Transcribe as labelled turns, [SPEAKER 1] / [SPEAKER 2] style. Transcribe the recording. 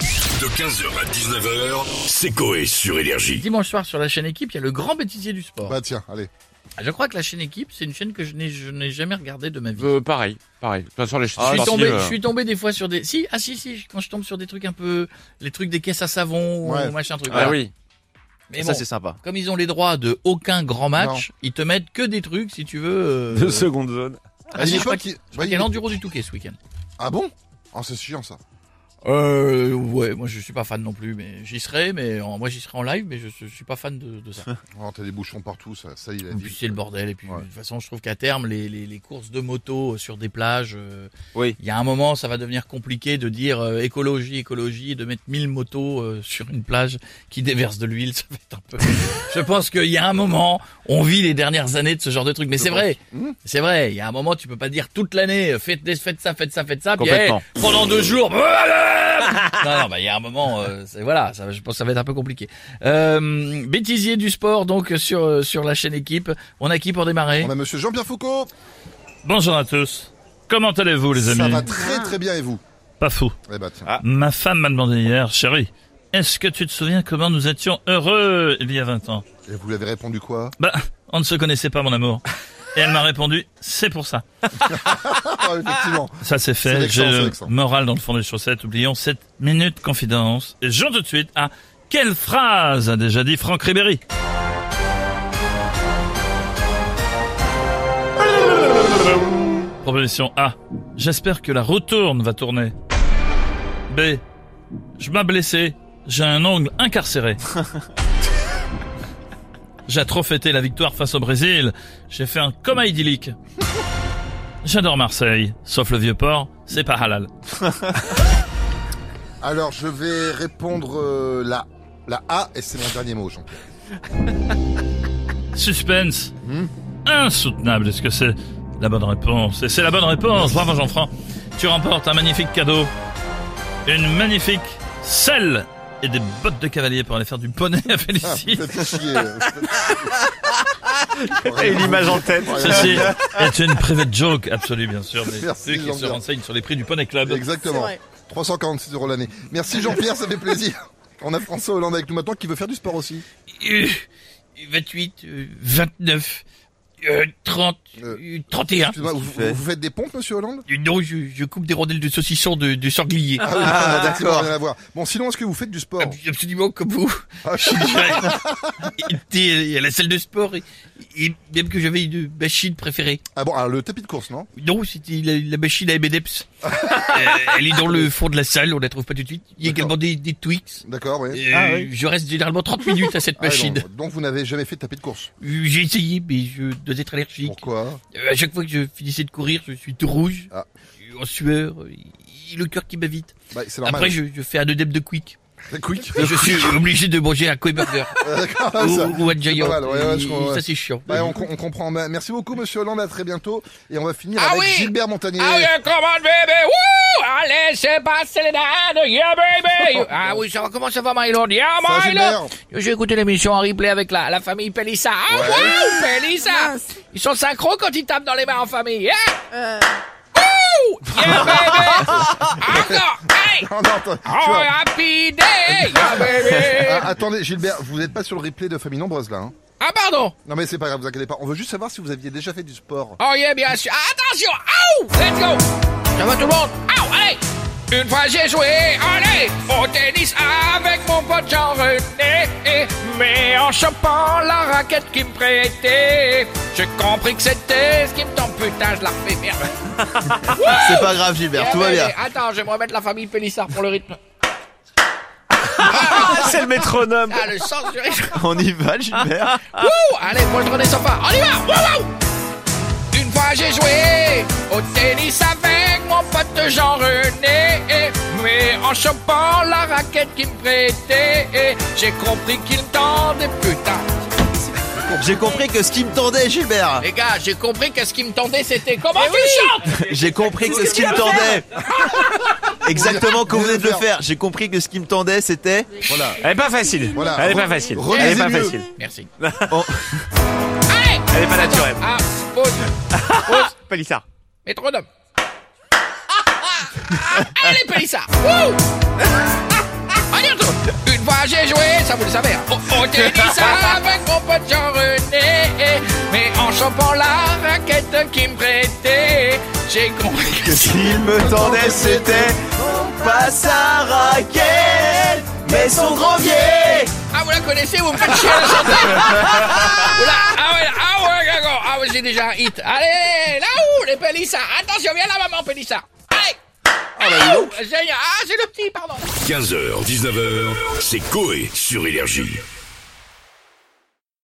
[SPEAKER 1] De 15h à 19h, c'est Coé sur Énergie.
[SPEAKER 2] Dimanche soir sur la chaîne équipe, il y a le grand bêtisier du sport.
[SPEAKER 3] Bah tiens, allez.
[SPEAKER 2] Je crois que la chaîne équipe, c'est une chaîne que je n'ai, je n'ai jamais regardée de ma vie.
[SPEAKER 4] Euh, pareil, pareil. De toute façon, les
[SPEAKER 5] Ah,
[SPEAKER 2] je, suis
[SPEAKER 4] sportives,
[SPEAKER 2] tombé,
[SPEAKER 4] euh,
[SPEAKER 2] je suis tombé des fois sur des... Si, ah si, si, quand je tombe sur des trucs un peu... Les trucs des caisses à savon
[SPEAKER 3] Ouais.
[SPEAKER 2] ou machin truc.
[SPEAKER 4] Ah
[SPEAKER 2] voilà.
[SPEAKER 4] oui.
[SPEAKER 2] Mais
[SPEAKER 5] ça
[SPEAKER 2] bon,
[SPEAKER 5] c'est sympa.
[SPEAKER 2] comme ils ont les droits de aucun grand match, ils te mettent que des trucs, si tu veux... euh,
[SPEAKER 4] secondes zone.
[SPEAKER 2] Ah, si, je crois qu'il
[SPEAKER 3] qu'il-
[SPEAKER 2] je crois qu'il y a l'enduro du Touquet ce week-end.
[SPEAKER 3] bah, Ah bon Ah c'est chiant ça.
[SPEAKER 2] Euh, ouais, moi je suis pas fan non plus, mais j'y serai, mais en- moi j'y serai en live, mais je, je suis pas fan de, de ça.
[SPEAKER 3] Oh, t'as des bouchons partout, ça, ça il a
[SPEAKER 2] Et puis
[SPEAKER 3] dit.
[SPEAKER 2] c'est le bordel. Et puis
[SPEAKER 3] Ouais.
[SPEAKER 2] de toute façon, je trouve qu'à terme, les, les, les courses de moto sur des plages, euh,
[SPEAKER 5] Oui.
[SPEAKER 2] il y a un moment, ça va devenir compliqué de dire euh, écologie, écologie, de mettre 1000 motos euh, sur une plage qui déverse de l'huile. Ça va être un peu. je pense qu'il y a un moment, on vit les dernières années de ce genre de truc. Mais c'est vrai,
[SPEAKER 3] Mmh.
[SPEAKER 2] c'est vrai. Il y a un moment, tu peux pas dire toute l'année, euh, faites, faites ça, faites ça, faites ça. puis,
[SPEAKER 4] Complètement.
[SPEAKER 2] hey, pendant deux jours. non, non, bah il y a un moment, euh, c'est- voilà, ça, va- je pense que ça va être un peu compliqué. Euh, bêtisier du sport donc sur euh, sur la chaîne équipe. On a qui pour démarrer
[SPEAKER 3] On a bah, monsieur Jean-Pierre Foucault.
[SPEAKER 6] Bonjour à tous. Comment allez-vous les
[SPEAKER 3] Ça
[SPEAKER 6] amis
[SPEAKER 3] va très très bien et vous
[SPEAKER 6] Pas fou.
[SPEAKER 3] Eh bah tiens.
[SPEAKER 5] Ah.
[SPEAKER 6] Ma femme m'a demandé hier, chérie, est-ce que tu te souviens comment nous étions heureux il y a 20 ans
[SPEAKER 3] Et vous l'avez répondu quoi
[SPEAKER 6] Bah, on ne se connaissait pas mon amour. Et elle m'a répondu, c'est pour ça.
[SPEAKER 3] Ah effectivement.
[SPEAKER 6] Ça
[SPEAKER 3] C'est
[SPEAKER 6] c'est fait,
[SPEAKER 3] l'excellent,
[SPEAKER 6] j'ai
[SPEAKER 3] c'est
[SPEAKER 6] le
[SPEAKER 3] l'excellent.
[SPEAKER 6] moral dans le fond des chaussettes, oublions cette minute confidence. Et j'en tout de suite à quelle phrase a déjà dit Franck Ribéry Proposition A. J'espère que la roue tourne va tourner. B. Je m'as blessé, j'ai un ongle incarcéré. J'ai trop fêté la victoire face au Brésil, j'ai fait un coma idyllique. J'adore Marseille, sauf le vieux port, c'est pas halal.
[SPEAKER 3] Alors je vais répondre euh, la la A et c'est mon dernier mot Jean-Pierre.
[SPEAKER 6] Suspense.
[SPEAKER 3] Hmm.
[SPEAKER 6] Insoutenable, est-ce que c'est la bonne réponse Et c'est la bonne réponse, bravo Jean-Franc. Tu remportes un magnifique cadeau. Une magnifique selle et des bottes de cavalier pour aller faire du poney à
[SPEAKER 3] Ah, vous faites chier.
[SPEAKER 6] Félicie.
[SPEAKER 3] vous faites chier.
[SPEAKER 5] Et l'image en tête.
[SPEAKER 3] Vraiment.
[SPEAKER 6] Ceci est une private joke, absolue bien sûr, mais
[SPEAKER 3] Merci,
[SPEAKER 6] ceux qui se
[SPEAKER 3] Jean-Pierre.
[SPEAKER 6] renseignent sur les prix du poney club.
[SPEAKER 3] Exactement. 346 euros l'année. Merci Jean-Pierre, ça fait plaisir. On a François Hollande avec nous maintenant qui veut faire du sport aussi.
[SPEAKER 2] Euh, 28, euh, 29, euh, 30,
[SPEAKER 3] Euh,
[SPEAKER 2] euh, 31.
[SPEAKER 3] Excusez-moi, vous,
[SPEAKER 5] fait
[SPEAKER 3] vous faites des pompes, monsieur Hollande
[SPEAKER 2] Euh, Non, je, je coupe des rondelles de saucisson de, de sanglier.
[SPEAKER 3] Ah oui, ah, d'accord.
[SPEAKER 5] d'accord.
[SPEAKER 3] Rien à voir. Bon, sinon, est-ce que vous faites du sport
[SPEAKER 2] Ab- Ah, Absolument comme vous.
[SPEAKER 3] Ah,
[SPEAKER 2] J'ai déjà été à la salle de sport et, et même que j'avais une machine préférée.
[SPEAKER 3] Ah bon, alors, le tapis de course, non
[SPEAKER 2] Non, c'était la, la machine à M&M's. Euh, elle est dans le fond de la salle, on la trouve pas tout de suite. Il y a
[SPEAKER 3] D'accord.
[SPEAKER 2] également des, des Twix.
[SPEAKER 3] D'accord, oui.
[SPEAKER 2] Euh, Je reste généralement 30 minutes à cette
[SPEAKER 3] Ah,
[SPEAKER 2] machine.
[SPEAKER 3] donc, donc vous n'avez jamais fait de tapis de course.
[SPEAKER 2] Euh, J'ai essayé, mais je dois être allergique.
[SPEAKER 3] Pourquoi
[SPEAKER 2] Euh, à chaque fois que je finissais de courir, je suis tout rouge,
[SPEAKER 3] Ah.
[SPEAKER 2] je suis en sueur, euh, et le cœur qui bat vite.
[SPEAKER 3] bah, C'est normal.
[SPEAKER 2] Après, je, je fais un œdème de quick.
[SPEAKER 3] Très quick.
[SPEAKER 2] Et je suis obligé de manger un Quay Burger
[SPEAKER 3] D'accord,
[SPEAKER 2] ou,
[SPEAKER 3] Ah, ça.
[SPEAKER 2] ou un Giant.
[SPEAKER 3] mal, ouais, ouais,
[SPEAKER 2] Et-
[SPEAKER 3] je
[SPEAKER 2] et
[SPEAKER 3] comprends, ouais.
[SPEAKER 2] Ça, c'est chiant.
[SPEAKER 3] Bah, on, com- on comprend. Bah, Merci beaucoup, monsieur Hollande. À très bientôt. Et on va finir
[SPEAKER 2] Ah
[SPEAKER 3] avec
[SPEAKER 2] oui
[SPEAKER 3] Gilbert Montagnier.
[SPEAKER 2] Ah yeah, come on, baby, wouh! Allez, c'est passé les dames, yeah, baby! Ah oui, ça va, comment ça va, Mylord? Yeah,
[SPEAKER 3] Ça,
[SPEAKER 2] Mylord!
[SPEAKER 3] Gilbert.
[SPEAKER 2] J'ai écouté l'émission en replay avec la, la famille Pelissa. Ah,
[SPEAKER 3] Ouais.
[SPEAKER 2] wow, Pelissa! Ils sont synchro quand ils tapent dans les mains en famille, yeah! Wouh! Yeah, baby! Encore! Hey!
[SPEAKER 3] Ah, Non, non, attends, tu
[SPEAKER 2] Oh,
[SPEAKER 3] vois.
[SPEAKER 2] happy day! Yeah,
[SPEAKER 3] Ah,
[SPEAKER 2] baby!
[SPEAKER 3] attendez, Gilbert, vous n'êtes pas sur le replay de Famille Nombreuse, là. hein.
[SPEAKER 2] Ah, pardon!
[SPEAKER 3] non, mais c'est pas grave, vous inquiétez pas. On veut juste savoir si vous aviez déjà fait du sport.
[SPEAKER 2] Oh yeah, bien sûr. Ah, Attention! Aouh! Let's go! Ça va tout le monde? Aouh! Allez! Une fois j'ai joué, allez, au tennis avec mon pote Jean-René. Mais en chopant la raquette qu'il me prêtait, j'ai compris que c'était ce qui me tombe. Putain, je la refais, merde.
[SPEAKER 5] C'est pas grave Gilbert, tout va bien.
[SPEAKER 2] Eh ben, Attends, je vais me remettre la famille Pélissard pour le rythme.
[SPEAKER 5] C'est le métronome.
[SPEAKER 2] Ah, le sens du rythme.
[SPEAKER 5] On y va Gilbert.
[SPEAKER 2] Wouh Allez, moi je redescends pas. On y va Wouh, wouh Une fois j'ai joué au tennis avec mon pote Jean-René. Mais en chopant la raquette qu'il me prêtait, j'ai compris qu'il me tendait. Putain
[SPEAKER 5] J'ai compris que ce qui me tendait Gilbert.
[SPEAKER 2] Les gars, j'ai compris que ce qui me tendait c'était comment
[SPEAKER 5] Eh
[SPEAKER 2] tu chantes
[SPEAKER 5] J'ai compris que ce qui me tendait. Exactement comme vous venez de le faire. J'ai compris que ce qui me tendait c'était.
[SPEAKER 3] Voilà.
[SPEAKER 4] Elle est pas facile.
[SPEAKER 3] Voilà.
[SPEAKER 4] Elle est pas
[SPEAKER 3] Re-
[SPEAKER 4] facile.
[SPEAKER 3] relisez
[SPEAKER 4] Elle est pas
[SPEAKER 3] mieux.
[SPEAKER 4] facile.
[SPEAKER 2] Merci.
[SPEAKER 5] Oh.
[SPEAKER 2] Allez
[SPEAKER 5] Elle est pas naturelle.
[SPEAKER 2] Ah, pause. Pause.
[SPEAKER 5] Palissard.
[SPEAKER 2] Métronome. Allez, Pélissard Wouh Ah, ah,
[SPEAKER 7] ça vous le savez. hein. Au, au tennis avec mon pote Jean René, mais en chopant la raquette qu'il me prêtait, j'ai compris que
[SPEAKER 5] Que s'il me tendait, c'était pas sa raquette, mais son grandier.
[SPEAKER 7] Ah, vous la connaissez, vous me faites chier à la chanter Oula, ah ouais, ah ouais, d'accord, ah ouais, j'ai déjà un hit. Allez, là-haut, les Pélissas Attention, viens là, maman Pélissa Allez Ah, Génial, ah, c'est le petit, pardon
[SPEAKER 1] 15h, 19h, c'est Coé sur Énergie.